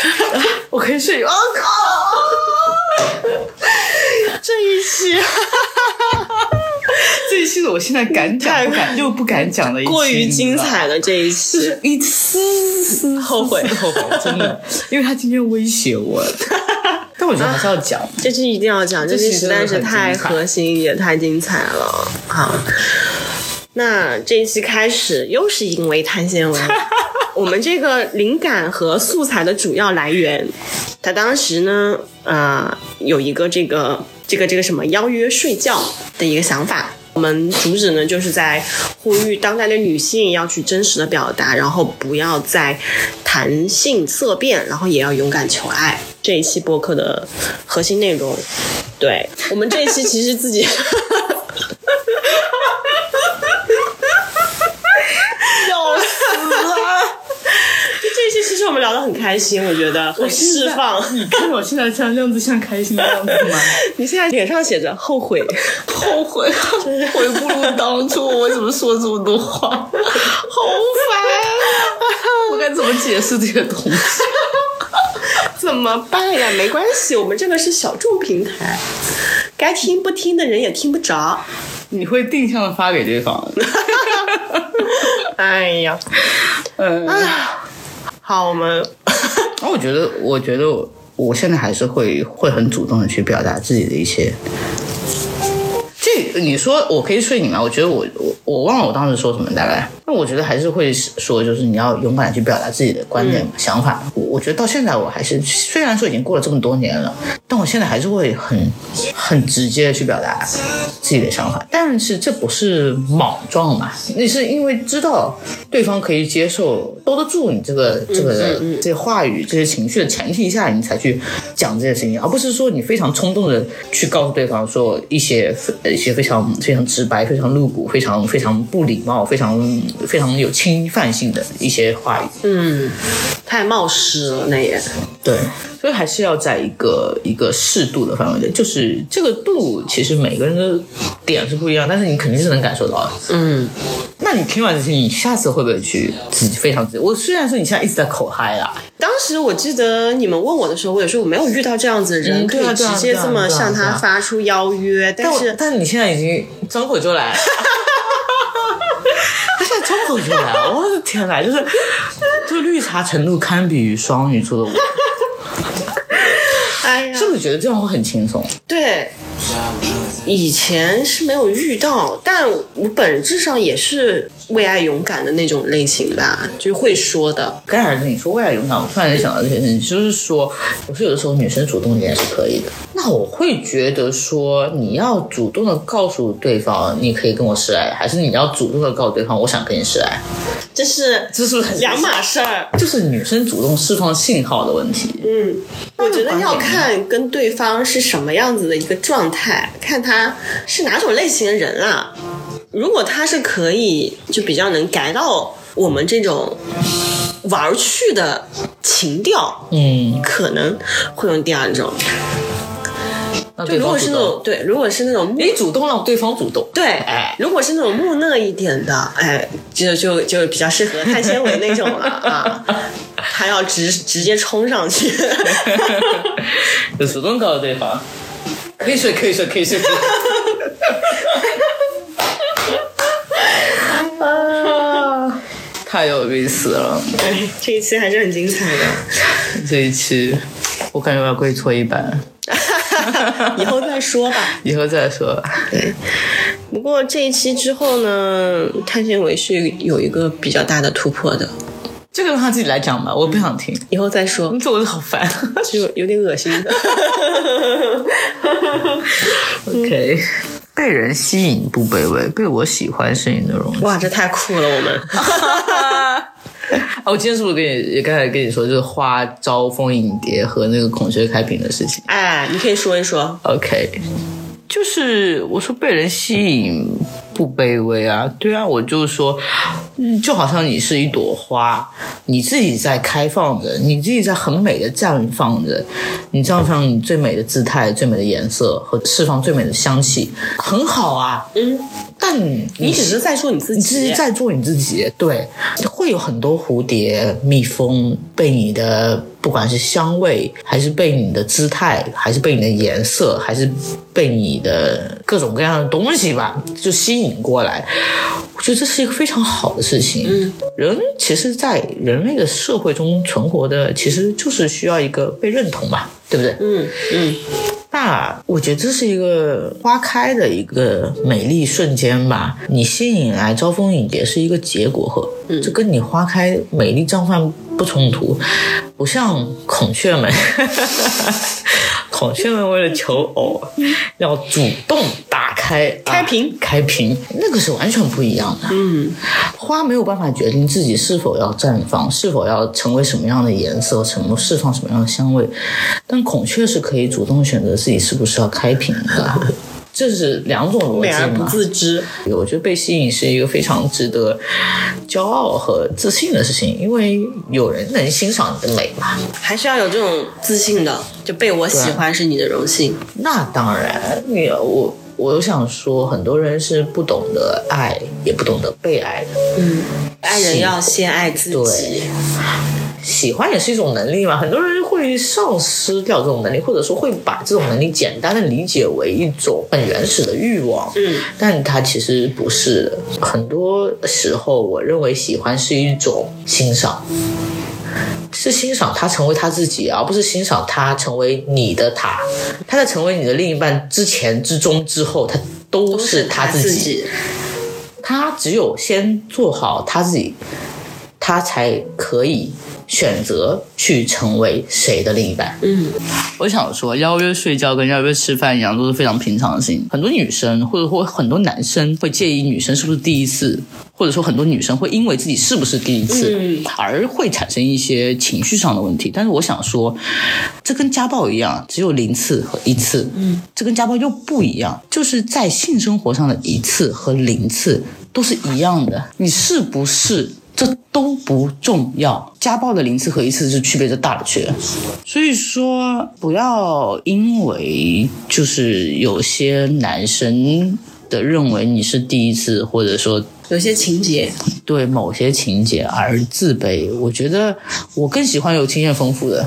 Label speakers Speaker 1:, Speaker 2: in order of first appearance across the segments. Speaker 1: 我可以睡。
Speaker 2: 啊
Speaker 1: 我、靠！ 这一期
Speaker 2: 这一期是我现在敢讲
Speaker 1: 太
Speaker 2: 不敢又不敢讲的一期，
Speaker 1: 过于精
Speaker 2: 你知道吗，
Speaker 1: 彩了，这一期
Speaker 2: 一丝丝
Speaker 1: 后悔
Speaker 2: 后悔， 真的，因为他今天威胁我， 但我觉得还是要讲。
Speaker 1: 这期一定要讲，这
Speaker 2: 这
Speaker 1: 期
Speaker 2: 期
Speaker 1: 实在是太核心也太精彩了。好，那这一期开始又是因为碳纤维，我们这个灵感和素材的主要来源，他当时呢，呃，有一个这个这个这个什么邀约睡觉的一个想法。我们主旨呢，就是在呼吁当代的女性要去真实的表达，然后不要再谈性色变，然后也要勇敢求爱。这一期播客的核心内容，对我们这一期其实自己 笑死了。 就这些，其实我们聊得很开心，我觉得很释放。
Speaker 2: 你看我现在像样子，像开心的样子吗？
Speaker 1: 你现在脸上写着后 悔，
Speaker 2: 后悔，悔不如当初，我怎么说这么多 话？好
Speaker 1: 啊
Speaker 2: 烦、啊我该怎么解释这个东西？
Speaker 1: 怎么办呀？没关系，我们这个是小众平台，该听不听的人也听不着。
Speaker 2: 你会定向的发给对方，
Speaker 1: 哎呀，
Speaker 2: 嗯，
Speaker 1: 好，我们
Speaker 2: 那我觉得，我觉得我我现在还是会会很主动的去表达自己的一些。这你说我可以睡你吗？我觉得我我我忘了我当时说什么大概。那我觉得还是会说，就是你要勇敢地去表达自己的观点、想法。我我觉得到现在我还是，虽然说已经过了这么多年了，但我现在还是会很很直接的去表达自己的想法。但是这不是莽撞嘛？你是因为知道对方可以接受、兜得住你这个这个、这些话语、这些情绪的前提下，你才去讲这些事情，而不是说你非常冲动的去告诉对方说一些呃一些非常非常直白、非常露骨、非常非常不礼貌、非常非常有侵犯性的一些话语。
Speaker 1: 太冒失了，那也
Speaker 2: 对，所以还是要在一个一个适度的范围内，就是这个度，其实每个人的点是不一样，但是你肯定是能感受到的。
Speaker 1: 嗯，
Speaker 2: 那你听完这些，你下次会不会去自己非常自己？我虽然说你现在一直在口嗨啦，
Speaker 1: 当时我记得你们问我的时候，我也说我没有遇到这样子的人，
Speaker 2: 嗯
Speaker 1: 可
Speaker 2: 对啊
Speaker 1: 以直
Speaker 2: 对啊
Speaker 1: 接
Speaker 2: 对啊
Speaker 1: 这么
Speaker 2: 对啊
Speaker 1: 向
Speaker 2: 对
Speaker 1: 他
Speaker 2: 啊
Speaker 1: 发出邀约，但
Speaker 2: 我
Speaker 1: 是
Speaker 2: 但你现在已经张口就来 了。他现在张口就来了，我的天哪！就是，这个绿茶程度堪比于双鱼座的我，
Speaker 1: 哎呀
Speaker 2: 是，不是觉得这样会很轻松？
Speaker 1: 对，以前是没有遇到，但我本质上也是为爱勇敢的那种类型吧，就是会说的。
Speaker 2: 刚才跟你说未来勇敢，我突然间想到这件事情，就是说，我说有的时候女生主动一点是可以的。那我会觉得说，你要主动的告诉对方你可以跟我示爱，还是你要主动的告诉对方我想跟你示爱？
Speaker 1: 这是
Speaker 2: 这是不是很
Speaker 1: 两？码事儿。
Speaker 2: 就是女生主动释放信号的问题。
Speaker 1: 嗯，我觉得要看跟对方是什么样子的一个状态，看他是哪种类型的人啊。如果他是可以就比较能 get 到我们这种玩儿去的情调，
Speaker 2: 嗯，
Speaker 1: 可能会用第二种。
Speaker 2: 那
Speaker 1: 就
Speaker 2: 对
Speaker 1: 如
Speaker 2: 方
Speaker 1: 果是
Speaker 2: 主
Speaker 1: 那
Speaker 2: 动，
Speaker 1: 种对，如果是那种木
Speaker 2: 你主动让对方主动。
Speaker 1: 对，
Speaker 2: 哎
Speaker 1: 如果是那种木讷一点的，哎，就就就比较适合碳纤维那种 了啊，他要直直接冲上去。
Speaker 2: 就主动告诉对方，可以睡，可以睡，可以 睡。可以睡太有意思了，
Speaker 1: 哎，这一期还是很精彩
Speaker 2: 这一期我感觉我要跪搓衣板，
Speaker 1: 的， 以后再说吧。
Speaker 2: 以后再说。
Speaker 1: 不过这一期之后呢，碳纤维是有一个比较大的突破的，
Speaker 2: 这个让他自己来讲吧，我不想听，
Speaker 1: 以后再说，
Speaker 2: 这我就好烦。
Speaker 1: 就有点恶心。
Speaker 2: OK，被人吸引不卑微，被我喜欢是你的荣幸。
Speaker 1: 哇，这太酷了，我们。
Speaker 2: 啊，我今天是不是跟你也刚才跟你说，就是花招蜂引蝶和那个孔雀开屏的事情？
Speaker 1: 哎，你可以说一说，
Speaker 2: OK，就是我说被人吸引不卑微啊，对啊，我就说，嗯，就好像你是一朵花，你自己在开放着，你自己在很美的绽放着，你绽放你最美的姿态、最美的颜色和释放最美的香气，很好啊。
Speaker 1: 嗯，
Speaker 2: 但你
Speaker 1: 你只是在说你自
Speaker 2: 你自己
Speaker 1: 己。
Speaker 2: 在做你自己，对，会有很多蝴蝶、蜜蜂被你的不管是香味，还是被你的姿态，还是被你的颜色，还是被你的各种各样的东西吧，就吸引过来。我觉得这是一个非常好的事情。嗯，人其实，在人类的社会中存活的，其实就是需要一个被认同吧，对不对？
Speaker 1: 嗯嗯，
Speaker 2: 那我觉得这是一个花开的一个美丽瞬间吧。你吸引来招蜂引蝶是一个结果和，
Speaker 1: 嗯
Speaker 2: 这跟你花开美丽绽放不冲突，不像孔雀们， 孔雀们为了求偶要主动打开啊
Speaker 1: 开屏
Speaker 2: 开屏，那个是完全不一样的。花没有办法决定自己是否要绽放，是否要成为什么样的颜色，什么释放什么样的香味，但孔雀是可以主动选择自己是不是要开屏的， 这是两种逻
Speaker 1: 美而
Speaker 2: 辑
Speaker 1: 不
Speaker 2: 嘛。
Speaker 1: 自知。
Speaker 2: 我觉得被吸引是一个非常值得骄傲和自信的事情，因为有人能欣赏你的美嘛。
Speaker 1: 还是要有这种自信的，就被我喜欢是你的荣幸。
Speaker 2: 那当然，你我我想说，很多人是不懂得爱，也不懂得被爱的。
Speaker 1: 嗯爱人要先爱自己
Speaker 2: 对，喜欢也是一种能力嘛，很多人会丧失掉这种能力，或者说会把这种能力简单的理解为一种很原始的欲望，
Speaker 1: 嗯，
Speaker 2: 但它其实不是的。很多时候，我认为喜欢是一种欣赏，是欣赏他成为他自己，而不是欣赏他成为你的他。他在成为你的另一半之前、之中、之后，他都
Speaker 1: 都
Speaker 2: 是他
Speaker 1: 他
Speaker 2: 自己。
Speaker 1: 己。
Speaker 2: 他只有先做好他自己，他才可以选择去成为谁的另一半。
Speaker 1: 嗯，
Speaker 2: 我想说，邀约睡觉跟邀约吃饭一样，都是非常平常的事情。很多女生或者或很多男生会介意女生是不是第一次，或者说很多女生会因为自己是不是第一次、而会产生一些情绪上的问题。但是我想说，这跟家暴一样，只有零次和一次。嗯，这跟家暴又不一样，就是在性生活上的一次和零次都是一样的。你是不是？这都不重要，家暴的零次和一次是区别最大的区别。所以说，不要因为就是有些男生的认为你是第一次，或者说
Speaker 1: 有些情节，
Speaker 2: 对某些情节而自卑。我觉得我更喜欢有经验丰富的，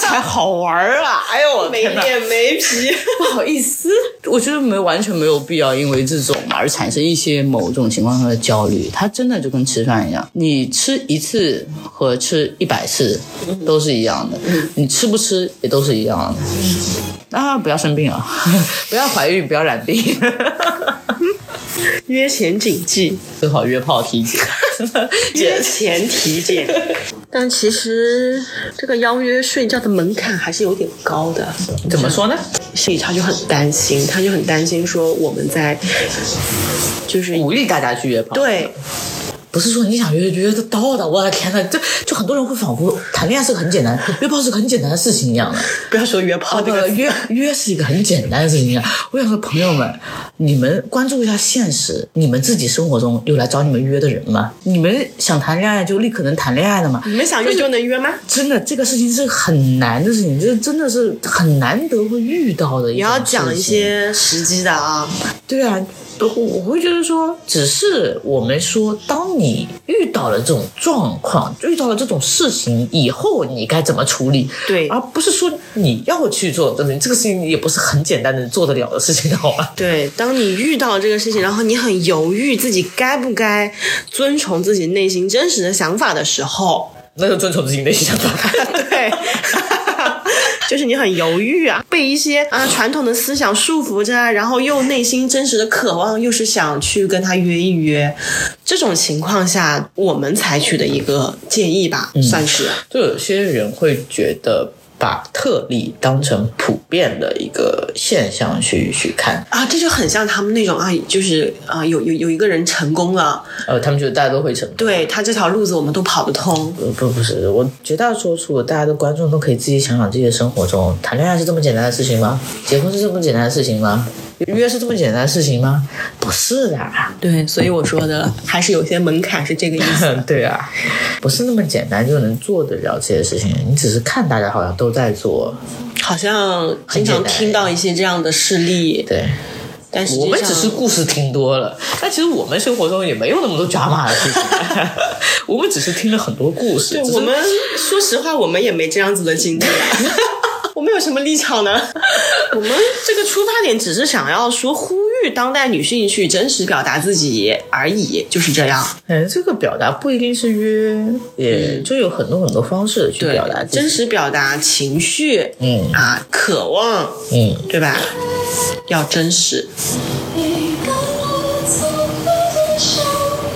Speaker 2: 才好玩儿啊！哎呦，我
Speaker 1: 没
Speaker 2: 天哪！
Speaker 1: 脸没皮。
Speaker 2: 不好意思，我觉得没完全没有必要因为这种而产生一些某种情况上的焦虑。它真的就跟吃饭一样，你吃一次和吃一百次都是一样的，你吃不吃也都是一样的。啊，不要生病啊， 不要怀孕，不要染病，
Speaker 1: 约前谨记，
Speaker 2: 最好约炮体检。
Speaker 1: 约前体检。但其实这个邀约睡觉的门槛还是有点高的，
Speaker 2: 怎么说呢？
Speaker 1: 心里他就很担心，他就很担心说我们在就是
Speaker 2: 鼓励大家去约炮。
Speaker 1: 对
Speaker 2: 不是说你想约就约得到的，我的天呐，这就很多人会仿佛谈恋爱是个很简单，约炮是个很简单的事情一样的。
Speaker 1: 不要说约炮
Speaker 2: 哦，
Speaker 1: 这
Speaker 2: 不
Speaker 1: 个，
Speaker 2: 约约是一个很简单的事情啊！我想说，朋友们，你们关注一下现实，你们自己生活中有来找你们约的人吗？你们想谈恋爱就立刻能谈恋爱的吗？
Speaker 1: 你们想约就能约吗？
Speaker 2: 真的，这个事情是很难的事情，这真的是很难得会遇到的。你
Speaker 1: 你要讲一，些实际的啊，
Speaker 2: 对啊，我我会觉得说，只是我们说，当你遇到了这种状况，遇到了这种事情以后，你该怎么处理？
Speaker 1: 对
Speaker 2: 而不是说你要去做，真的这个事情也不是很简单的做得了的事情，好吗？
Speaker 1: 对，当你遇到这个事情，然后你很犹豫自己该不该遵从自己内心真实的想法的时候，
Speaker 2: 那就遵从自己内心想法。
Speaker 1: 对， 就是你很犹豫啊，被一些啊传统的思想束缚着啊，然后又内心真实的渴望，又是想去跟他约一约，这种情况下，我们采取的一个建议吧，算是
Speaker 2: 就有些人会觉得把特例当成普遍的一个现象去去看，
Speaker 1: 啊，这就很像他们那种啊，就是啊，有有有一个人成功了，
Speaker 2: 呃，他们觉得大家都会成功。
Speaker 1: 对他这条路子我们都跑得通，
Speaker 2: 呃不不是，我绝大多数大家的观众都可以自己想想自己的生活中，谈恋爱是这么简单的事情吗？结婚是这么简单的事情吗？约是这么简单的事情吗？不是的，
Speaker 1: 对，所以我说的还是有些门槛是这个意思。
Speaker 2: 对啊，不是那么简单就能做得了这些事情。你只是看大家好像都在做，
Speaker 1: 好像经
Speaker 2: 很简
Speaker 1: 常
Speaker 2: 单
Speaker 1: 听到一些这样的事例，
Speaker 2: 对，
Speaker 1: 但实际
Speaker 2: 我
Speaker 1: 上
Speaker 2: 们只是故事听多了，但其实我们生活中也没有那么多 drama 的事 情，我们只是听了很多故事。只
Speaker 1: 对
Speaker 2: 是
Speaker 1: 我们说实话，我们也没这样子的经历 啊。我们有什么立场呢？我们这个出发点只是想要说呼吁当代女性去真实表达自己而已，就是这样。
Speaker 2: 哎，这个表达不一定是约，也就有很多很多方式去表达自己
Speaker 1: 真实表达情绪，
Speaker 2: 嗯
Speaker 1: 啊，渴望，
Speaker 2: 嗯，
Speaker 1: 对吧？要真实。
Speaker 3: 被感染苍白的少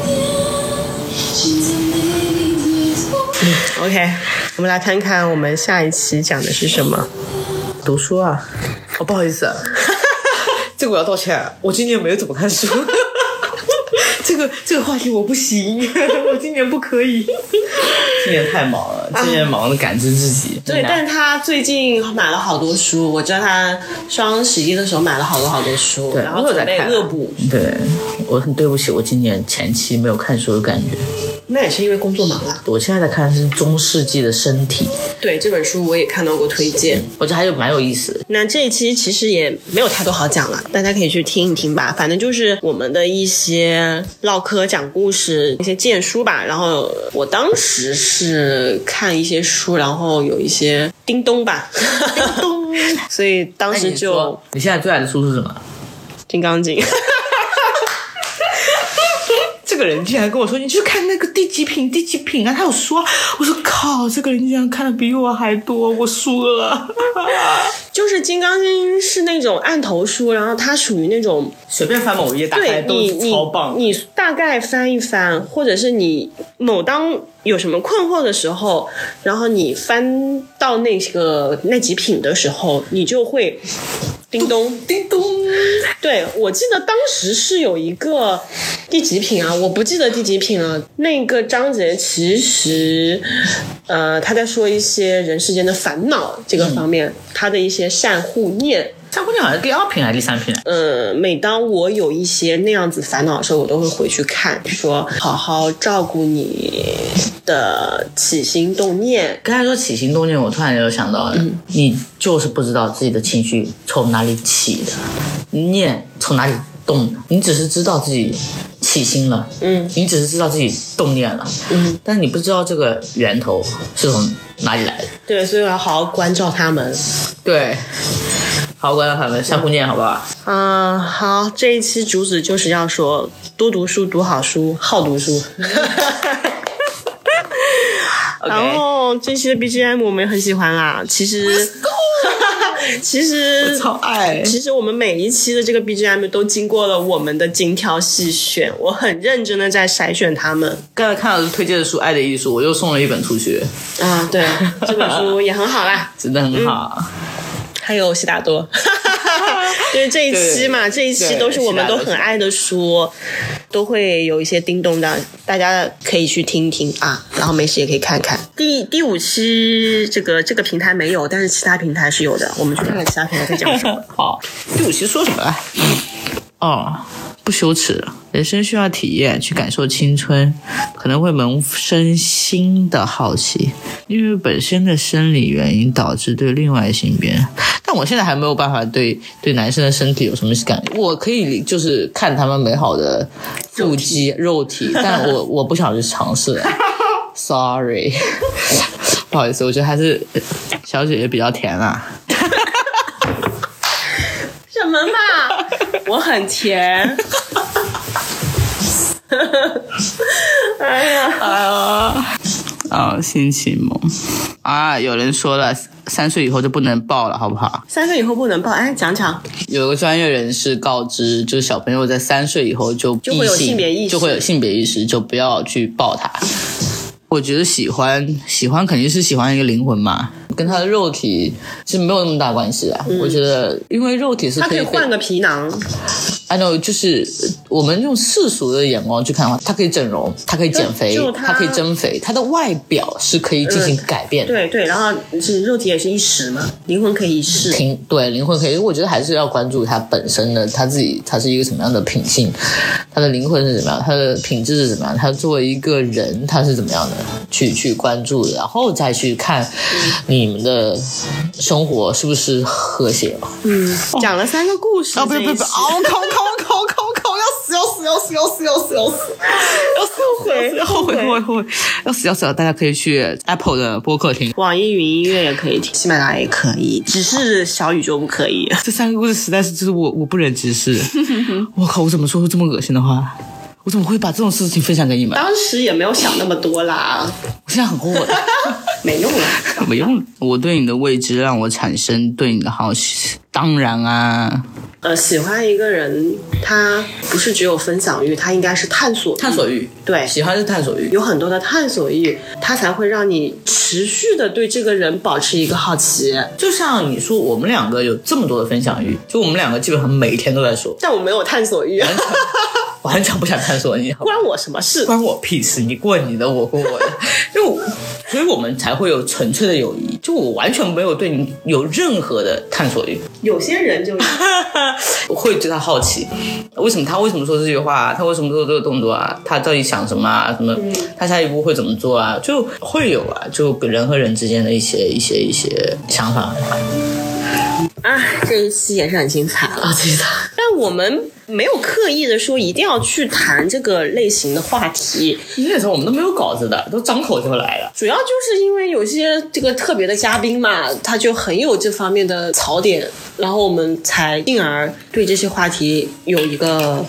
Speaker 3: 年，心脏美丽的错。
Speaker 1: OK，我们来看看我们下一期讲的是什么。
Speaker 2: 读书啊，哦，不好意思、 啊，这个我要道歉，我今年没有怎么看书。 这个这个话题我不行， 我今年不可以。啊今年太忙了，今年忙的感知自己。
Speaker 1: 对，但是他最近买了好多书，我知道他双十一的时候买了好多好多书，
Speaker 2: 对
Speaker 1: 然后
Speaker 2: 我有
Speaker 1: 准
Speaker 2: 在
Speaker 1: 备
Speaker 2: 看
Speaker 1: 恶补。
Speaker 2: 对我很对不起，我今年前期没有看书的感觉。
Speaker 1: 那也是因为工作忙啦。
Speaker 2: 我现在在看的是中世纪的身体，
Speaker 1: 对这本书我也看到过推荐。
Speaker 2: 我觉得还有蛮有意思的。
Speaker 1: 那这一期其实也没有太多好讲了，大家可以去听一听吧。反正就是我们的一些唠嗑、讲故事、一些荐书吧。然后我当时是看一些书，然后有一些叮咚 吧，叮咚，所以当时就《
Speaker 2: 你现在最爱的书是什么？
Speaker 1: 金刚经》。
Speaker 2: 这个人竟然跟我说：“你去看那个第几品，第几品啊！”他有说，我说：“靠，这个人竟然看的比我还多，我输了。
Speaker 1: 就是《金刚经》是那种案头书，然后它属于那种”
Speaker 2: 随便翻某一页打
Speaker 1: 对你你你大概翻一翻，或者是你某当有什么困惑的时候，然后你翻到那个那几品的时候，你就会叮咚。
Speaker 2: 叮咚，
Speaker 1: 对我记得当时是有一个第几品啊，我不记得第几品了、那个章节其实，呃，他在说一些人世间的烦恼这个
Speaker 2: 嗯
Speaker 1: 方面，他的一些善护念。
Speaker 2: 三姑娘好像第二品还是第三品啊？
Speaker 1: 呃，每当我有一些那样子烦恼的时候，我都会回去看，说好好照顾你的起心动念。
Speaker 2: 刚才说起心动念，我突然就想到了，你就是不知道自己的情绪从哪里起的，念从哪里动的，你只是知道自己起心了，
Speaker 1: 嗯，
Speaker 2: 你只是知道自己动念了，嗯，但是你不知道这个源头是从哪里来的。
Speaker 1: 对，所以我要好好关照他们。
Speaker 2: 对，好，关照他们，相互念，好不好？
Speaker 1: 嗯、好，这一期主旨就是要说多读书，读好书，好读书。然后这期的 BGM 我们也很喜欢啦，其实，其实
Speaker 2: 爱
Speaker 1: 其实我们每一期的这个 BGM 都经过了我们的精挑细选，我很认真的在筛选他们。
Speaker 2: 刚才看到推荐的书《爱的艺术》，我又送了一本出去，
Speaker 1: 啊，对，这本书也很好啦。
Speaker 2: 真的很好。
Speaker 1: 还有悉达 多，因为这一期嘛，这一期都是我们都很爱的书，都会有一些叮咚的，大家可以去听一听啊，然后没事也可以看看。第第五期这个这个平台没有，但是其他平台是有的，我们去看看其他平台在讲什 么。
Speaker 2: 好，第五期说什么来？哦，不羞耻，人生需要体验，去感受青春，可能会萌生新的好奇，因为本身的生理原因导致对另外性别。但我现在还没有办法对对男生的身体有什么感觉，我可以就是看他们美好的腹肌肉 体，但我我不想去尝试。Sorry，不好意思，我觉得还是呃小姐姐比较甜啊。
Speaker 1: 什么嘛？我很甜。哎呀，
Speaker 2: 啊，性启蒙啊，有人说了，三岁以后就不能抱了，好不好？
Speaker 1: 三岁以后不能抱，哎，讲讲。
Speaker 2: 有个专业人士告知，就是小朋友在三岁以后就
Speaker 1: 就会有性别意识
Speaker 2: 就会有性别意识，就不要去抱他。我觉得喜欢喜欢肯定是喜欢一个灵魂嘛，跟他的肉体是没有那么大关系的。我觉得，因为肉体是
Speaker 1: 嗯他可以
Speaker 2: 被
Speaker 1: 换个皮囊，
Speaker 2: ，I know，就是我们用世俗的眼光去看的话，它可以整容，它可以减肥
Speaker 1: 就就，它
Speaker 2: 它可以增肥，它的外表是可以进行改变的。
Speaker 1: 对对，然后是肉体也是一时嘛，灵魂可以一世。
Speaker 2: 挺对灵魂可以，我觉得还是要关注他本身的他自己，他是一个什么样的品性，他的灵魂是怎么样，他的品质是怎么样，他作为一个人他是怎么样的，去去关注，然后再去看你们的生活是不是和谐。
Speaker 1: 讲了三个故事，
Speaker 2: 啊，不要
Speaker 1: 这一
Speaker 2: 不要不要！
Speaker 1: 期
Speaker 2: 啊，抠抠抠抠抠，要死要死要死要死要死要死！要死要死要死哎后悔后悔后悔！要死要死了！大家可以去 Apple 的播客听。
Speaker 1: 网易云音乐也可以听，喜马拉雅也可以，只是小宇宙不可以。
Speaker 2: 这三个故事实在是就是我我不忍直 视。我靠！我怎么说出这么恶心的话？我怎么会把这种事情分享给你们？
Speaker 1: 当时也没有想那么多啦，
Speaker 2: 我现在很后 悔，
Speaker 1: 没用了。
Speaker 2: 没用。我对你的未知让我产生对你的好奇。当然啊，
Speaker 1: 呃，喜欢一个人，他不是只有分享欲，他应该是探索欲
Speaker 2: 探索欲，
Speaker 1: 对
Speaker 2: 喜欢是探索欲。
Speaker 1: 有很多的探索欲，它才会让你持续的对这个人保持一个好奇。
Speaker 2: 就像你说，我们两个有这么多的分享欲，就我们两个基本上每天都在说，
Speaker 1: 但我没有探索欲，
Speaker 2: 我很想不想探索你，好吧
Speaker 1: 关我什么事？
Speaker 2: 关我屁事，你过你的，我过我的，因为我所以我们才会有纯粹的友谊，就我完全没有对你有任何的探索欲，
Speaker 1: 有些人就是
Speaker 2: 我会对他好奇，为什么他为什么说这句话、啊他为什么做这个动作啊？他到底想什么啊？什么？他下一步会怎么做啊？就会有啊，就人和人之间的一些一些一些想法。
Speaker 1: 啊，这一期也是很精彩了。
Speaker 2: 啊，这是他。
Speaker 1: 但我们没有刻意的说一定要去谈这个类型的话题，
Speaker 2: 那时候我们都没有稿子的，都张口就来了。
Speaker 1: 主要就是因为有些这个特别的嘉宾嘛，他就很有这方面的槽点，然后我们才进而对这些话题有一个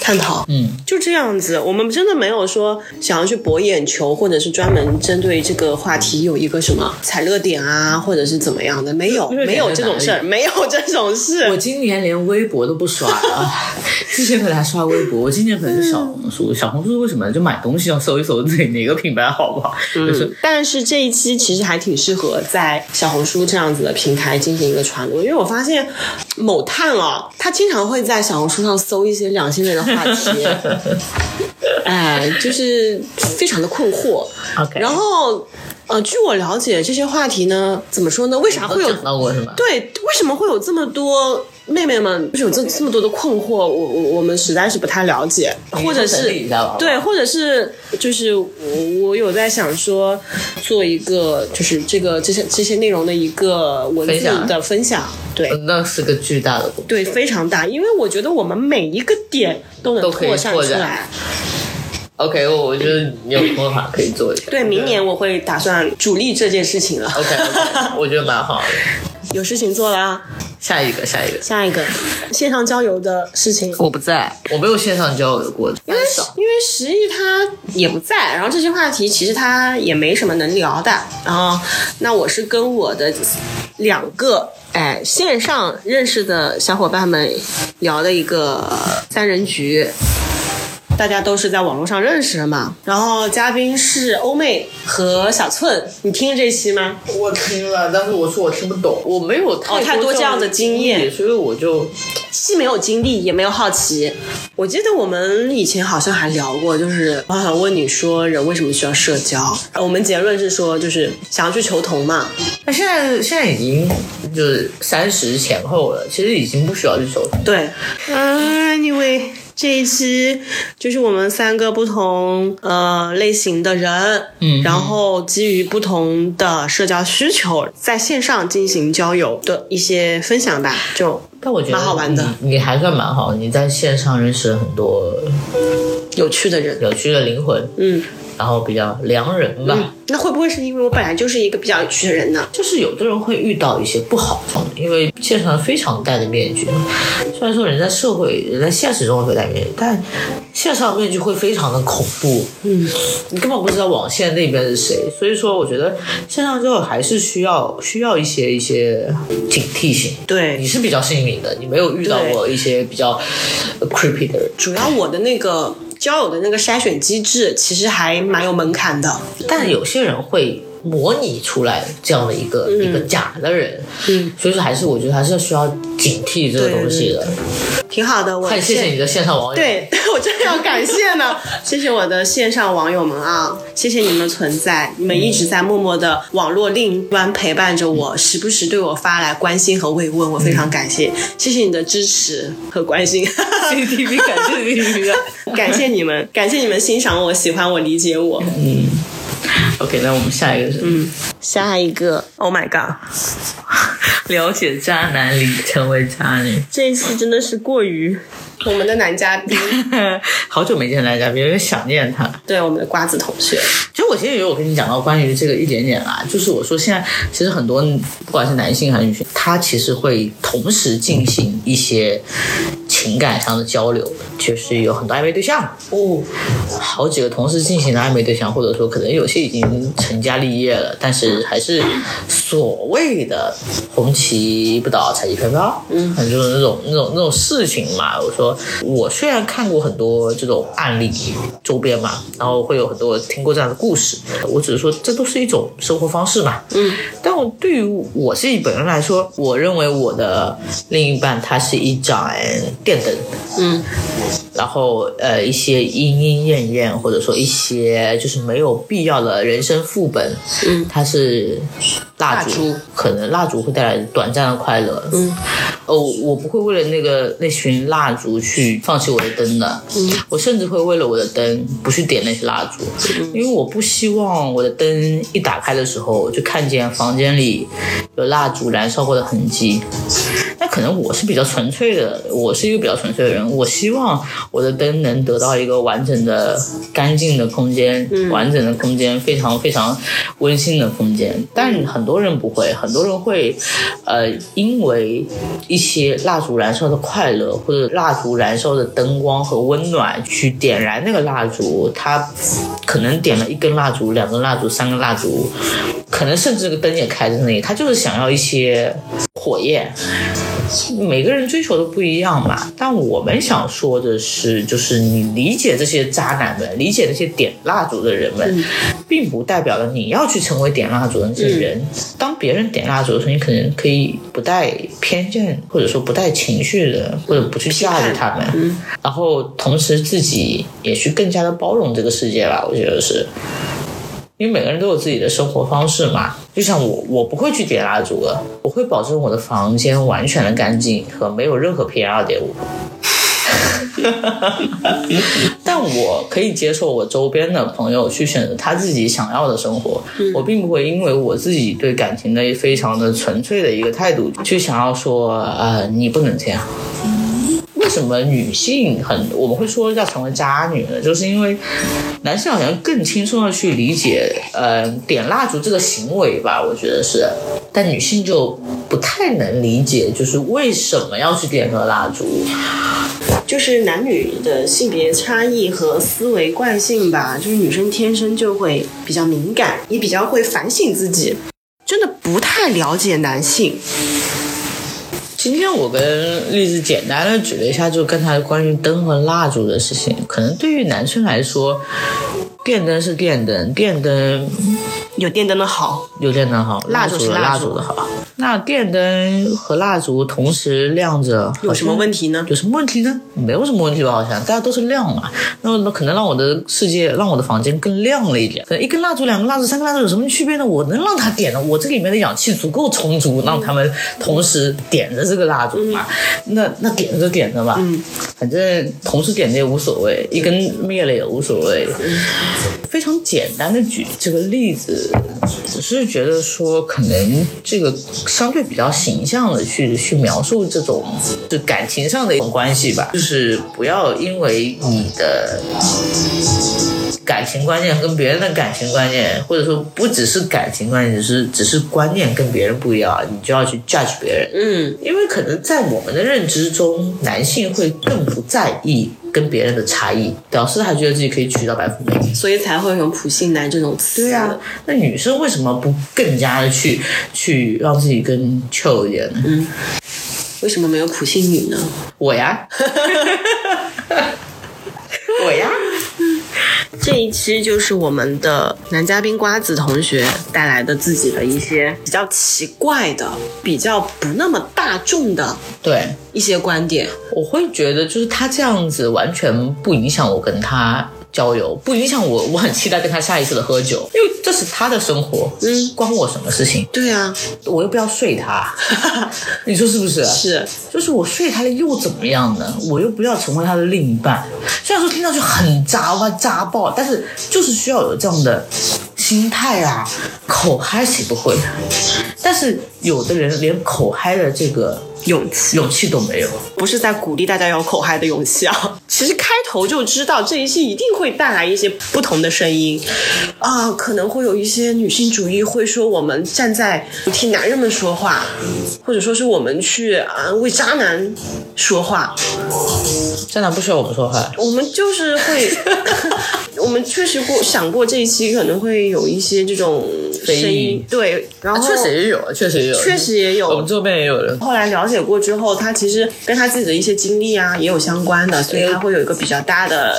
Speaker 1: 探讨。
Speaker 2: 嗯，
Speaker 1: 就这样子，我们真的没有说想要去博眼球，或者是专门针对这个话题有一个什么踩热点啊，或者是怎么样的，没有，
Speaker 2: 热点
Speaker 1: 没有这种事
Speaker 2: 在
Speaker 1: 儿，没有这种
Speaker 2: 我
Speaker 1: 事。
Speaker 2: 今年连微博都不刷了， 之前可能还刷微博，我今年可能是小红书。小红书是为什么？就买东西要搜一搜自己 哪个品牌好不好，就是
Speaker 1: 嗯，但是这一期其实还挺适合在小红书这样子的平台进行一个传播，因为我发现某探啊，他经常会在小红书上搜一些两性类的话题， 哎，就是非常的困惑。
Speaker 2: 哎 OK
Speaker 1: 然后，呃，据我了解，这些话题呢，怎么说呢？为啥会有
Speaker 2: 讲到过是吗？
Speaker 1: 对，为什么会有这么多妹妹们，就是有这这么多的困惑？我我我们实在是不太了解，或者
Speaker 2: 整
Speaker 1: 是
Speaker 2: 理一下吧好吧
Speaker 1: 对，或者是就是我我有在想说，做一个就是这个这些这些内容的一个文
Speaker 2: 分
Speaker 1: 字
Speaker 2: 享嗯
Speaker 1: 的分享，对。
Speaker 2: 那是个巨大的工作。
Speaker 1: 对，非常大，因为我觉得我们每一个点都能
Speaker 2: 都可以
Speaker 1: 扩散
Speaker 2: 拓
Speaker 1: 出
Speaker 2: 展
Speaker 1: 来。
Speaker 2: OK，我我觉得你有方法可以做一下。
Speaker 1: 对，明年我会打算主力这件事情了。
Speaker 2: OK，我 觉得蛮好的。
Speaker 1: 有事情做了啊。
Speaker 2: 下一个，下一个，
Speaker 1: 下一个线上交友的事情，
Speaker 2: 我不在，我没有线上交友过，
Speaker 1: 因为因为十一他也不在，然后这些话题其实他也没什么能聊的。然后，那我是跟我的两个哎线上认识的小伙伴们聊的一个三人局，大家都是在网络上认识的嘛。然后嘉宾是欧妹和小寸，你听了这期吗？
Speaker 2: 我听了，但是我说我听不懂，我没有太
Speaker 1: 哦太多这样的经验
Speaker 2: 所以我就
Speaker 1: 既没有经历，也没有好奇。我记得我们以前好像还聊过，就是我好像问你说人为什么需要社交，呃我们结论是说就是想要去求同嘛。
Speaker 2: 那现在现在已经就是三十前后了，其实已经不需要去手动。
Speaker 1: 对，嗯、因为这一期就是我们三个不同呃类型的人，
Speaker 2: 嗯
Speaker 1: 然后基于不同的社交需求，在线上进行交友的一些分享吧，就
Speaker 2: 但我觉得
Speaker 1: 蛮好玩的
Speaker 2: 你，你还算蛮好。你在线上认识了很多
Speaker 1: 有趣的人。
Speaker 2: 有趣的灵魂，
Speaker 1: 嗯，
Speaker 2: 然后比较良人吧。
Speaker 1: 那会不会是因为我本来就是一个比较有趣的人呢？
Speaker 2: 就是有的人会遇到一些不好的，因为线上非常戴着面具。虽然说人在社会、人在现实中会戴面具，但线上面具会非常的恐怖。嗯，你根本不知道网线那边是谁，所以说我觉得线上之后还是需要需要一些一些警惕性。
Speaker 1: 对
Speaker 2: 你是比较幸运的，你没有遇到过一些比较呃 creepy 的人。
Speaker 1: 主要我的那个交友的那个筛选机制其实还蛮有门槛的，
Speaker 2: 但有些人会
Speaker 4: 模拟出来这样的一个、一个假的人，
Speaker 1: 嗯，
Speaker 4: 所以说还是我觉得还是要需要警惕这个东西的。
Speaker 1: 挺好的。我
Speaker 4: 快谢谢
Speaker 1: 现
Speaker 4: 你的线上网友，
Speaker 1: 对， 我真的要感谢呢， 谢谢我的线上网友们啊，谢谢你们的存在，你们一直在默默的网络另一端陪伴着我，时不时对我发来关心和慰问，我非常感谢，谢谢你的支持和关 心，
Speaker 2: CCTV 感谢 CCTV 啊。
Speaker 1: 感谢你们，感谢你们欣赏我、喜欢我、理解我。
Speaker 2: OK，那我们下一个是，嗯，
Speaker 1: 下一个，Oh my god，
Speaker 2: 了解渣男里成为 渣女。
Speaker 1: 这一次真的是过于我们的男嘉宾，
Speaker 2: 好久没见来嘉宾，有点想念他。
Speaker 1: 对我们的瓜子同学，
Speaker 2: 其实我前几天有跟你讲到关于这个一点点啦，就是我说现在其实很多不管是男性还是女性，他其实会同时进行一些情感上的交流，就是有很多暧昧对象哦，好几个同时进行的暧昧对象，或者说可能有些已经成家立业了，但是还是所谓的红旗不倒彩旗飘飘，嗯，就是那种那种那种事情嘛。我说我虽然看过很多这种案例周边嘛，然后会有很多听过这样的故事，我只是说这都是一种生活方式嘛，嗯。但我对于我自己本人来说，我认为我的另一半他是一盏电灯，
Speaker 1: 嗯
Speaker 2: 然后呃一些莺莺燕燕，或者说一些就是没有必要的人生副本，嗯，它是蜡烛，
Speaker 1: 蜡烛
Speaker 2: 可能蜡烛会带来短暂的快乐，嗯，哦，我不会为了那个那群蜡烛去放弃我的灯的，嗯，我甚至会为了我的灯不去点那些蜡烛，因为我不希望我的灯一打开的时候我就看见房间里有蜡烛燃烧过的痕迹，那可能我是比较纯粹的，我是一个比较纯粹的人，我希望我的灯能得到一个完整的、干净的空间，完整的空间，非常非常温馨的空间。但很多人不会，很多人会，呃，因为一些蜡烛燃烧的快乐，或者蜡烛燃烧的灯光和温暖，去点燃那个蜡烛，它可能点了一根蜡烛、两根蜡烛、三根蜡烛，可能甚至这个灯也开在那里，他就是想要一些火焰。每个人追求的不一样嘛，但我们想说的是，就是你理解这些渣男们，理解那些点蜡烛的人们，并不代表了你要去成为点蜡烛的那些人。当别人点蜡烛的时候，你可能可以不带偏见，或者说不带情绪的，或者不去吓着他们，然后同时自己也去更加的包容这个世界吧。我觉得是。因为每个人都有自己的生活方式嘛。就像我，我不会去点蜡烛的，我会保证我的房间完全的干净和没有任何 PM 二点五。 但我可以接受我周边的朋友去选择他自己想要的生活，我并不会因为我自己对感情的非常的纯粹的一个态度去想要说，呃，你不能这样。为什么女性很我们会说要成为渣女呢？就是因为男性好像更轻松的去理解，呃，点蜡烛这个行为吧，我觉得是，但女性就不太能理解，就是为什么要去点个蜡烛？
Speaker 1: 就是男女的性别差异和思维惯性吧，就是女生天生就会比较敏感，也比较会反省自己，真的不太了解男性。
Speaker 2: 今天我跟栗子简单的举了一下，就刚才关于灯和蜡烛的事情。可能对于男生来说，电灯是电灯，电灯
Speaker 1: 有电灯的好，
Speaker 2: 有电灯好，
Speaker 1: 蜡烛
Speaker 2: 烛
Speaker 1: 是
Speaker 2: 有
Speaker 1: 蜡
Speaker 2: 蜡
Speaker 1: 烛
Speaker 2: 烛的好。那电灯和蜡烛同时亮着，
Speaker 1: 有什么问题呢？
Speaker 2: 有什么问题呢？没有什么问题吧，好像大家都是亮嘛。那么可能让我的世界，让我的房间更亮了一点。可能一根蜡烛、两根蜡烛、三根蜡烛有什么区别呢？我能让它点的，我这里面的氧气足够充足，让他们同时点着这个蜡烛嘛。
Speaker 1: 嗯
Speaker 2: 那那点着点着吧，反正同时点着也无所谓，一根灭了也无所谓。非常简单的举这个例子，只是觉得说，可能这个相对比较形象的去去描述这种就感情上的一种关系吧，就是不要因为你的感情观念跟别人的感情观念，或者说不只是感情观念，只是只是观念跟别人不一样，啊你就要去 judge 别人。
Speaker 1: 嗯，
Speaker 2: 因为可能在我们的认知中，男性会更不在意跟别人的差异，屌丝还觉得自己可以娶到白富美。
Speaker 1: 所以才会有普信男这种词。
Speaker 2: 对啊，，那女生为什么不更加的去去让自己更 chill 一点呢？
Speaker 1: 为什么没有普信女呢？
Speaker 2: 我呀，我呀，
Speaker 1: 这一期就是我们的男嘉宾瓜子同学带来的自己的一些比较奇怪的、比较不那么大众的
Speaker 2: 对，
Speaker 1: 一些观点。
Speaker 2: 我会觉得就是他这样子完全不影响我跟他交友，不影响我，我很期待跟他下一次的喝酒，因为这是他的生活，嗯，关我什么事情？
Speaker 1: 对啊，
Speaker 2: 我又不要睡他， 你说是不啊是？
Speaker 1: 是
Speaker 2: 就是我睡他了又怎么样呢？我又不要成为他的另一半。虽然说听上去很渣哇渣爆，但是就是需要有这样的心态啊。口嗨谁不会？但是有的人连口嗨的这个
Speaker 1: 勇气，
Speaker 2: 勇气都没有。
Speaker 1: 不是在鼓励大家要口嗨的勇气 啊。其实开头就知道这一期一定会带来一些不同的声音，啊，可能会有一些女性主义会说我们站在替男人们说话，或者说是我们去啊为渣男说话。
Speaker 2: 渣男不需要我们说话，
Speaker 1: 我们就是 会，我们确实过想过这一期可能会有一些这种声
Speaker 2: 非
Speaker 1: 音
Speaker 2: 议，
Speaker 1: 对，然后、
Speaker 2: 啊确实也有，确实也有，
Speaker 1: 确实也
Speaker 2: 我
Speaker 1: 有
Speaker 2: 们。这边也有人。
Speaker 1: 后来了解过之后，他其实跟他自己的一些经历啊也有相关的，所以他会有一个比较大的、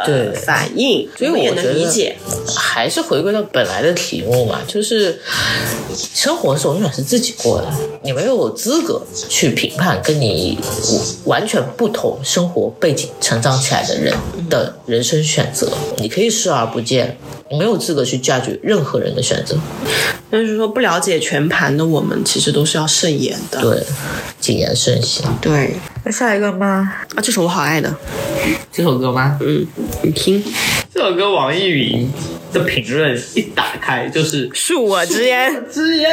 Speaker 1: 呃
Speaker 2: 对
Speaker 1: 反应，
Speaker 2: 所以
Speaker 1: 我们也
Speaker 2: 我觉
Speaker 1: 能理
Speaker 2: 得
Speaker 1: 解。
Speaker 2: 还是回归到本来的题目嘛，就是生活是永远是自己过的，你没有资格去评判跟你完全不同生活背景成长起来的人的人生选择，你可以视而不见，你没有资格去 judge 任何人的选择。
Speaker 1: 但是说不了解全盘的我们，其实都是要慎言的。
Speaker 2: 对，谨言慎行。
Speaker 1: 对
Speaker 2: 那下一个吗？
Speaker 1: 啊，这首我好爱的，
Speaker 4: 这首歌吗？
Speaker 1: 嗯，你听，
Speaker 4: 这首歌网易云的评论一打开就是
Speaker 1: 恕我直言，
Speaker 4: 直言。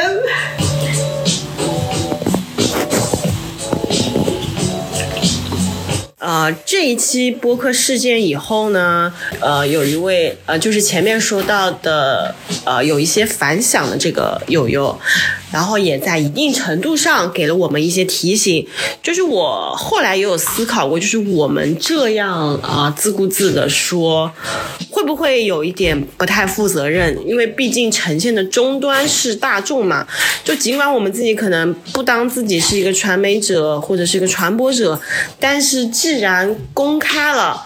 Speaker 1: 呃，这一期播客事件以后呢，呃，有一位呃，就是前面说到的，呃，有一些反响的这个友友，然后也在一定程度上给了我们一些提醒。就是我后来也有思考过，就是我们这样啊、自顾自的说，会不会有一点不太负责任？因为毕竟呈现的终端是大众嘛，就尽管我们自己可能不当自己是一个传媒者或者是一个传播者，但是既然公开了，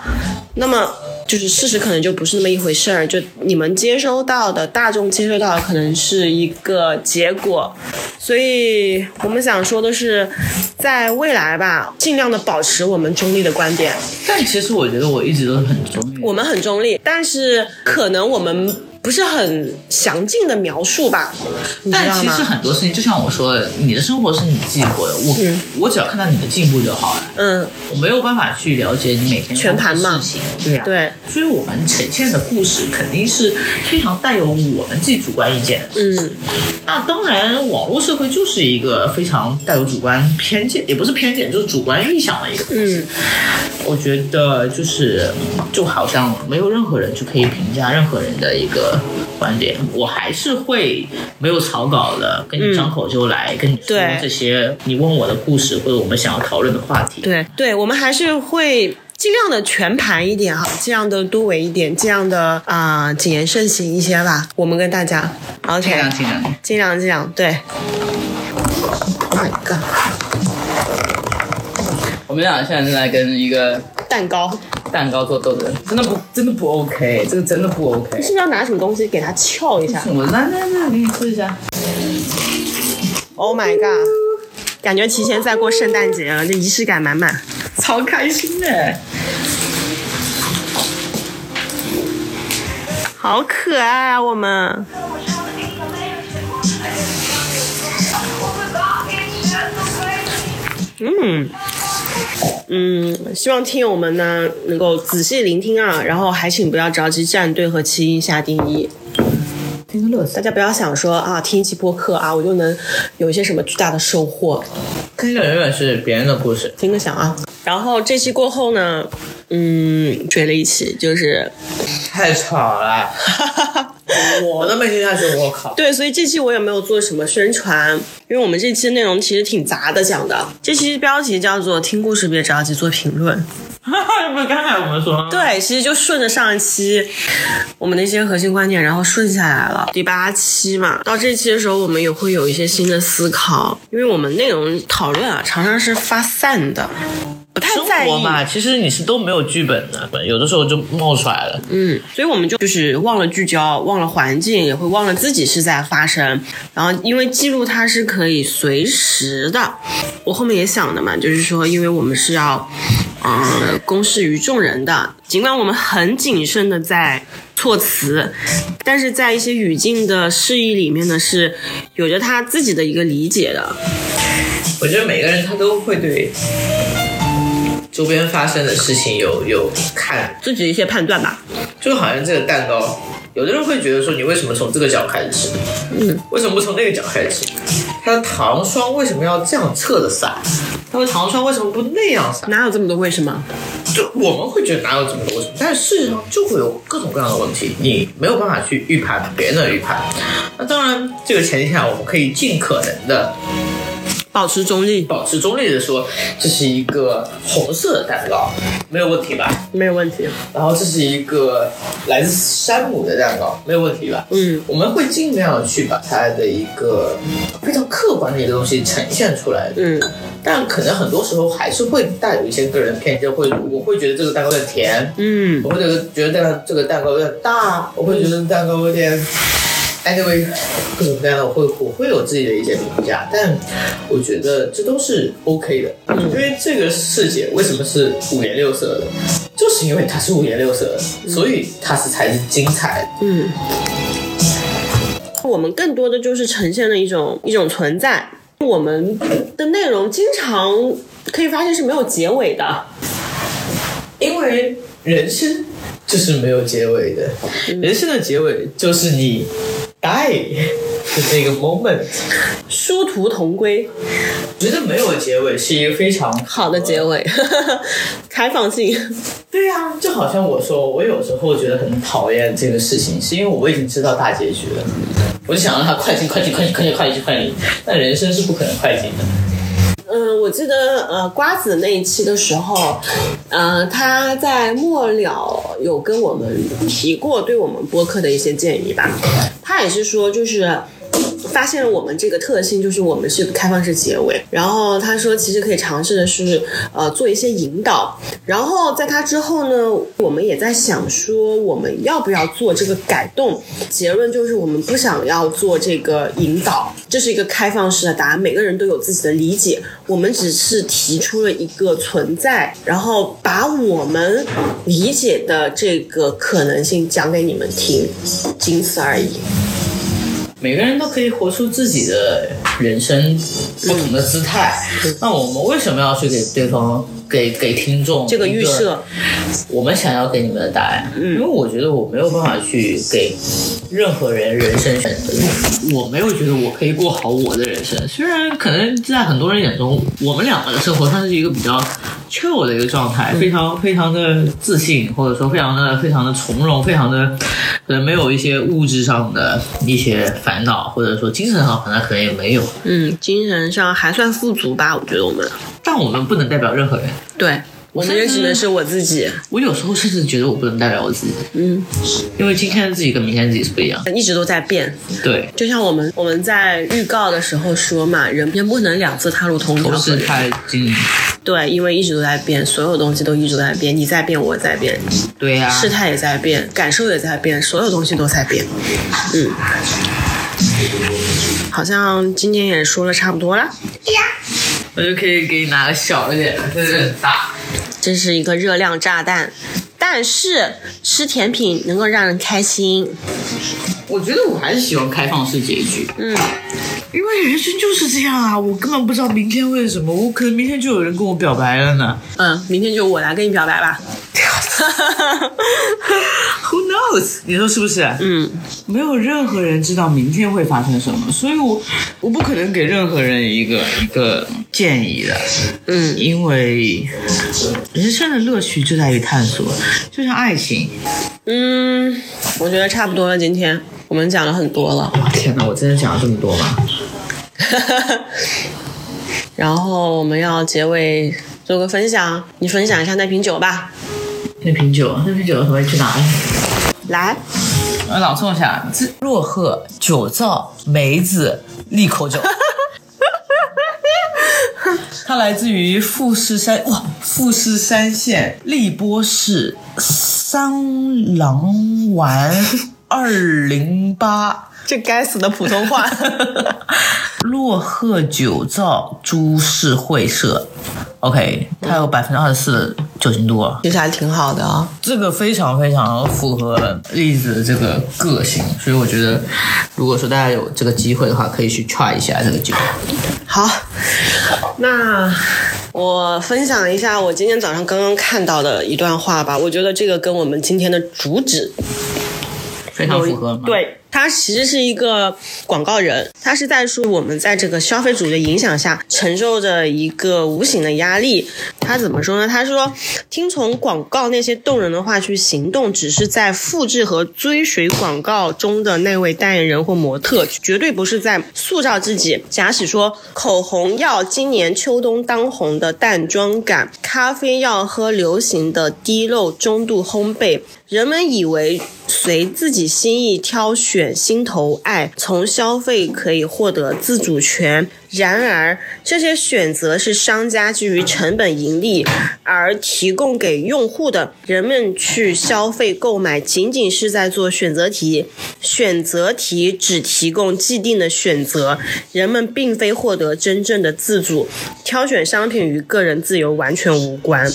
Speaker 1: 那么就是事实可能就不是那么一回事儿。就你们接收到的，大众接收到的可能是一个结果，所以我们想说的是，在未来吧，尽量的保持我们中立的观点。
Speaker 2: 但其实我觉得我一直都是很中意。
Speaker 1: 我们很中立，但是可能我们不是很详尽的描述吧，你知
Speaker 2: 但
Speaker 1: 道
Speaker 2: 其实
Speaker 1: 吗？
Speaker 2: 很多事情，就像我说的，你的生活是你自己过的，我、我只要看到你的进步就好了。
Speaker 1: 嗯，
Speaker 2: 我没有办法去了解你每天
Speaker 1: 全盘嘛
Speaker 2: 做的事情，对啊，
Speaker 1: 对，
Speaker 2: 所以我们呈现的故事肯定是非常带有我们自己主观意见的。
Speaker 1: 嗯，
Speaker 2: 那当然，网络社会就是一个非常带有主观偏见，也不是偏见，就是主观臆想的一个。
Speaker 1: 嗯，
Speaker 2: 我觉得就是，就好像没有任何人就可以评价任何人的一个观点。我还是会没有草稿的，跟你张口就来，跟你说
Speaker 1: 对
Speaker 2: 这些你问我的故事或者我们想要讨论的话题。
Speaker 1: 对对，我们还是会。尽量的全盘一点哈，尽量的多维一点，尽量的啊、呃谨言慎行一些吧。我们跟大家，OK，
Speaker 2: 尽量尽量。
Speaker 1: 尽量尽量对。Oh my god，
Speaker 4: 我们俩现在正在跟一个
Speaker 1: 蛋糕，
Speaker 4: 蛋糕做斗争，真的不真的不 OK，这个真的不 OK
Speaker 1: 你。是不是要拿什么东西给它撬一下
Speaker 4: 我来来来，给你试一下。
Speaker 1: ？Oh my god，感觉提前在过圣诞节了，这仪式感满满。
Speaker 4: 超开心的。
Speaker 1: 好可爱啊，我们。嗯嗯，希望听友们呢能够仔细聆听啊，然后还请不要着急站队和七音下定义。
Speaker 2: 听个乐子
Speaker 1: 大，家不要想说啊，听一期播客啊，我就能有一些什么巨大的收获，
Speaker 2: 听的永远是别人的故事。
Speaker 1: 听个响啊。然后这期过后呢，嗯，追了一期，就是
Speaker 2: 太吵了，我都没听下去，我靠！
Speaker 1: 对，所以这期我也没有做什么宣传，因为我们这期内容其实挺杂的讲的。这期标题叫做“听故事别着急做评论
Speaker 2: 不是刚才我们说吗”，？
Speaker 1: 对，其实就顺着上一期我们的一些核心观点，然后顺下来了。第八期嘛，到这期的时候，我们也会有一些新的思考，因为我们内容讨论啊，常常是发散的。不太
Speaker 4: 生
Speaker 1: 在
Speaker 4: 活
Speaker 1: 意
Speaker 4: 嘛，其实你是都没有剧本的，有的时候就冒出来了。
Speaker 1: 嗯，所以我们就就是忘了聚焦，忘了环境，也会忘了自己是在发生。然后，因为记录它是可以随时的，我后面也想的嘛，就是说，因为我们是要，呃，公示于众人的。尽管我们很谨慎的在措辞，但是在一些语境的释义里面呢，是有着他自己的一个理解的。
Speaker 5: 我觉得每个人他都会对周边发生的事情有有看，
Speaker 1: 自己的一些判断吧，
Speaker 5: 就好像这个蛋糕，有的人会觉得说你为什么从这个角开始吃，嗯，为什么不从那个角开始吃？它的糖霜为什么要这样侧着撒？它的糖霜为什么不那样撒？
Speaker 1: 哪有这么多为什么？
Speaker 5: 就我们会觉得哪有这么多问题，但事实上就会有各种各样的问题，你没有办法去预判别人的预判。那当然，这个前提下，我们可以尽可能的
Speaker 1: 保持中立
Speaker 5: 保持中立的说，这是一个红色的蛋糕，没有问题吧？
Speaker 1: 没有问题。
Speaker 5: 然后这是一个来自山姆的蛋糕，没有问题吧？
Speaker 1: 嗯，
Speaker 5: 我们会尽量地去把它的一个非常客观的一个东西呈现出来。
Speaker 1: 嗯，
Speaker 5: 但可能很多时候还是会带有一些个人偏见，会我会觉得这个蛋糕有点甜，
Speaker 1: 嗯，
Speaker 5: 我会觉得觉得蛋这个蛋糕有点大，我会觉得蛋糕有点。anyway，各种各样的，我会我会有自己的一些评价，但我觉得这都是 OK 的，
Speaker 1: 嗯
Speaker 5: 因为这个世界为什么是五颜六色的，就是因为它是五颜六色的，所以它是才是精彩的。
Speaker 1: 嗯，我们更多的就是呈现了一种一种存在。我们的内容经常可以发现是没有结尾的，
Speaker 5: 因为人生就是没有结尾的，
Speaker 1: 嗯
Speaker 5: 人生的结尾就是你 die 的那个 moment。
Speaker 1: 殊途同归，
Speaker 5: 觉得没有结尾是一个非常
Speaker 1: 好的结尾， 开放性。
Speaker 5: 对呀、就好像我说，我有时候觉得很讨厌这个事情，是因为我已经知道大结局了，我就想让它快进、快进、快进、快进、快进、快进。但人生是不可能快进的。
Speaker 1: 嗯，我记得呃，瓜子那一期的时候，呃，他在末了有跟我们提过对我们播客的一些建议吧。他也是说，就是发现了我们这个特性，就是我们是开放式结尾。然后他说，其实可以尝试的是，呃，做一些引导。然后在他之后呢，我们也在想说，我们要不要做这个改动？结论就是我们不想要做这个引导，这是一个开放式的答案，每个人都有自己的理解。我们只是提出了一个存在，然后把我们理解的这个可能性讲给你们听，仅此而已。
Speaker 5: 每个人都可以活出自己的人生不同的姿态。
Speaker 1: 嗯
Speaker 5: 那我们为什么要去给对方、给给听众
Speaker 1: 这个预
Speaker 5: 一
Speaker 1: 设，
Speaker 5: 我们想要给你们的答案？因为我觉得我没有办法去给任何人人生选择，我没有觉得我可以过好我的人生。虽然可能在很多人眼中，我们两个的生活算是一个比较 chill 的一个状态，非常非常的自信，或者说非常的非常的从容，非常的可能没有一些物质上的一些烦恼，或者说精神上反正可能也没有。
Speaker 1: 嗯，精神上还算富足吧，我觉得我们
Speaker 5: 但我们不能代表任何人。
Speaker 1: 对。我们认识的是我自己，
Speaker 5: 我有时候甚至觉得我不能代表我自己，
Speaker 1: 嗯，
Speaker 5: 因为今天的自己跟明天的自己是不一样的。
Speaker 1: 一直都在变。
Speaker 5: 对，
Speaker 1: 就像我们我们在预告的时候说嘛，人人不能两次踏入同一条
Speaker 5: 同
Speaker 1: 河
Speaker 5: 时
Speaker 1: 流。
Speaker 5: 太经营。
Speaker 1: 对，因为一直都在变，所有东西都一直都在变，你在变，我在变，
Speaker 5: 对
Speaker 4: 啊
Speaker 5: 呀、
Speaker 1: 事态也在变，感受也在变，所有东西都在变。嗯，好像今天也说了差不多了。
Speaker 5: 我就可以给你拿个小一点的，这是很大。
Speaker 1: 这是一个热量炸弹，但是吃甜品能够让人开心。
Speaker 5: 我觉得我还是喜欢开放式结局，
Speaker 1: 嗯，
Speaker 5: 因为人生就是这样啊，我根本不知道明天会是什么，我可能明天就有人跟我表白了呢。
Speaker 1: 嗯，明天就我来跟你表白吧。
Speaker 5: Who knows？你说是不是？
Speaker 1: 嗯，
Speaker 5: 没有任何人知道明天会发生什么，所以我我不可能给任何人一个一个建议的。
Speaker 1: 嗯，
Speaker 5: 因为人生的乐趣就在于探索，就像爱情。
Speaker 1: 嗯，我觉得差不多了，今天我们讲了很多了。
Speaker 5: 哇天哪，我真的讲了这么多吗？
Speaker 1: 然后我们要结尾做个分享，你分享一下那瓶酒吧。
Speaker 5: 那瓶酒，那瓶酒我会去哪里？
Speaker 1: 来，
Speaker 5: 我朗诵一下：这洛鹤、酒造、梅子、利口酒。
Speaker 2: 它来自于富士山哇，富士山县荔波市三郎丸二零八。
Speaker 1: 这该死的普通话，
Speaker 2: 洛鹤酒造株式会社，OK，它有百分之二十四的酒精度啊，
Speaker 1: 其实还挺好的啊。
Speaker 2: 这个非常非常符合栗子的这个个性，
Speaker 6: 所以我觉得，如果说大家有这个机会的话，可以去 try 一下这个酒。
Speaker 1: 好，那我分享一下我今天早上刚刚看到的一段话吧，我觉得这个跟我们今天的主旨
Speaker 6: 非常符合吗？，
Speaker 1: 对，他其实是一个广告人，他是在说我们在这个消费主义的影响下，承受着一个无形的压力。他怎么说呢？他说，听从广告那些动人的话去行动，只是在复制和追随广告中的那位代言人或模特，绝对不是在塑造自己。假使说口红要今年秋冬当红的淡妆感，咖啡要喝流行的低漏中度烘焙，人们以为随自己心意挑选、心头爱，从消费可以获得自主权。然而，这些选择是商家基于成本盈利而提供给用户的。人们去消费购买，仅仅是在做选择题。选择题只提供既定的选择，人们并非获得真正的自主。挑选商品与个人自由完全无关。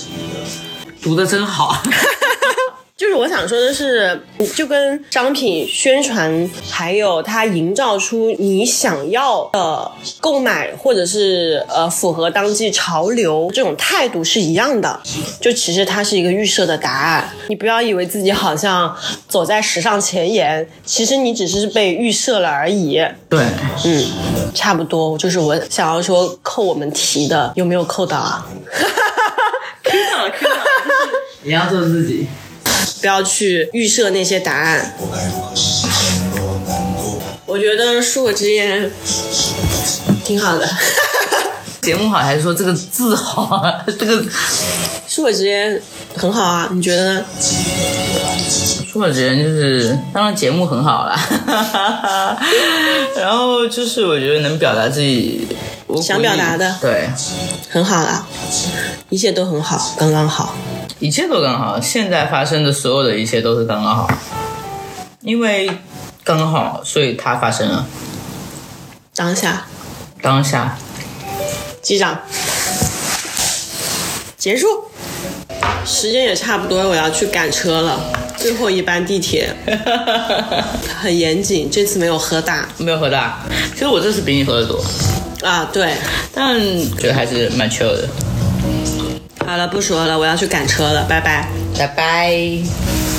Speaker 6: 读的真好。
Speaker 1: 就是我想说的是，就跟商品宣传，还有它营造出你想要的购买，或者是呃符合当季潮流这种态度是一样的。就其实它是一个预设的答案，你不要以为自己好像走在时尚前沿，其实你只是被预设了而已。
Speaker 6: 对，
Speaker 1: 嗯，差不多就是我想要说扣我们题的，有没有扣到啊？
Speaker 6: 你要做自己。
Speaker 1: 不要去预设那些答案。我觉得恕我直言，挺好的。
Speaker 6: 节目好还是说这个字好啊？ 这个
Speaker 1: 恕我直言，很好啊，你觉得呢？
Speaker 6: 说我觉得就是，当然节目很好啦。
Speaker 2: 然后就是我觉得能表达自己我
Speaker 1: 想表达的
Speaker 2: 对，
Speaker 1: 很好啦，一切都很好，刚刚好。
Speaker 2: 一切都刚好，现在发生的所有的一切都是刚刚好，因为刚刚好，所以它发生了
Speaker 1: 当下，
Speaker 2: 当下。
Speaker 1: 击掌，结束。时间也差不多，我要去赶车了，最后一班地铁。 很严谨，这次没有喝大
Speaker 2: 没有喝大，其实我这次比你喝的多，
Speaker 1: 啊。对，
Speaker 2: 但觉得还是蛮 chill 的。
Speaker 1: 好了，不说了，我要去赶车了，拜拜。
Speaker 2: 拜拜。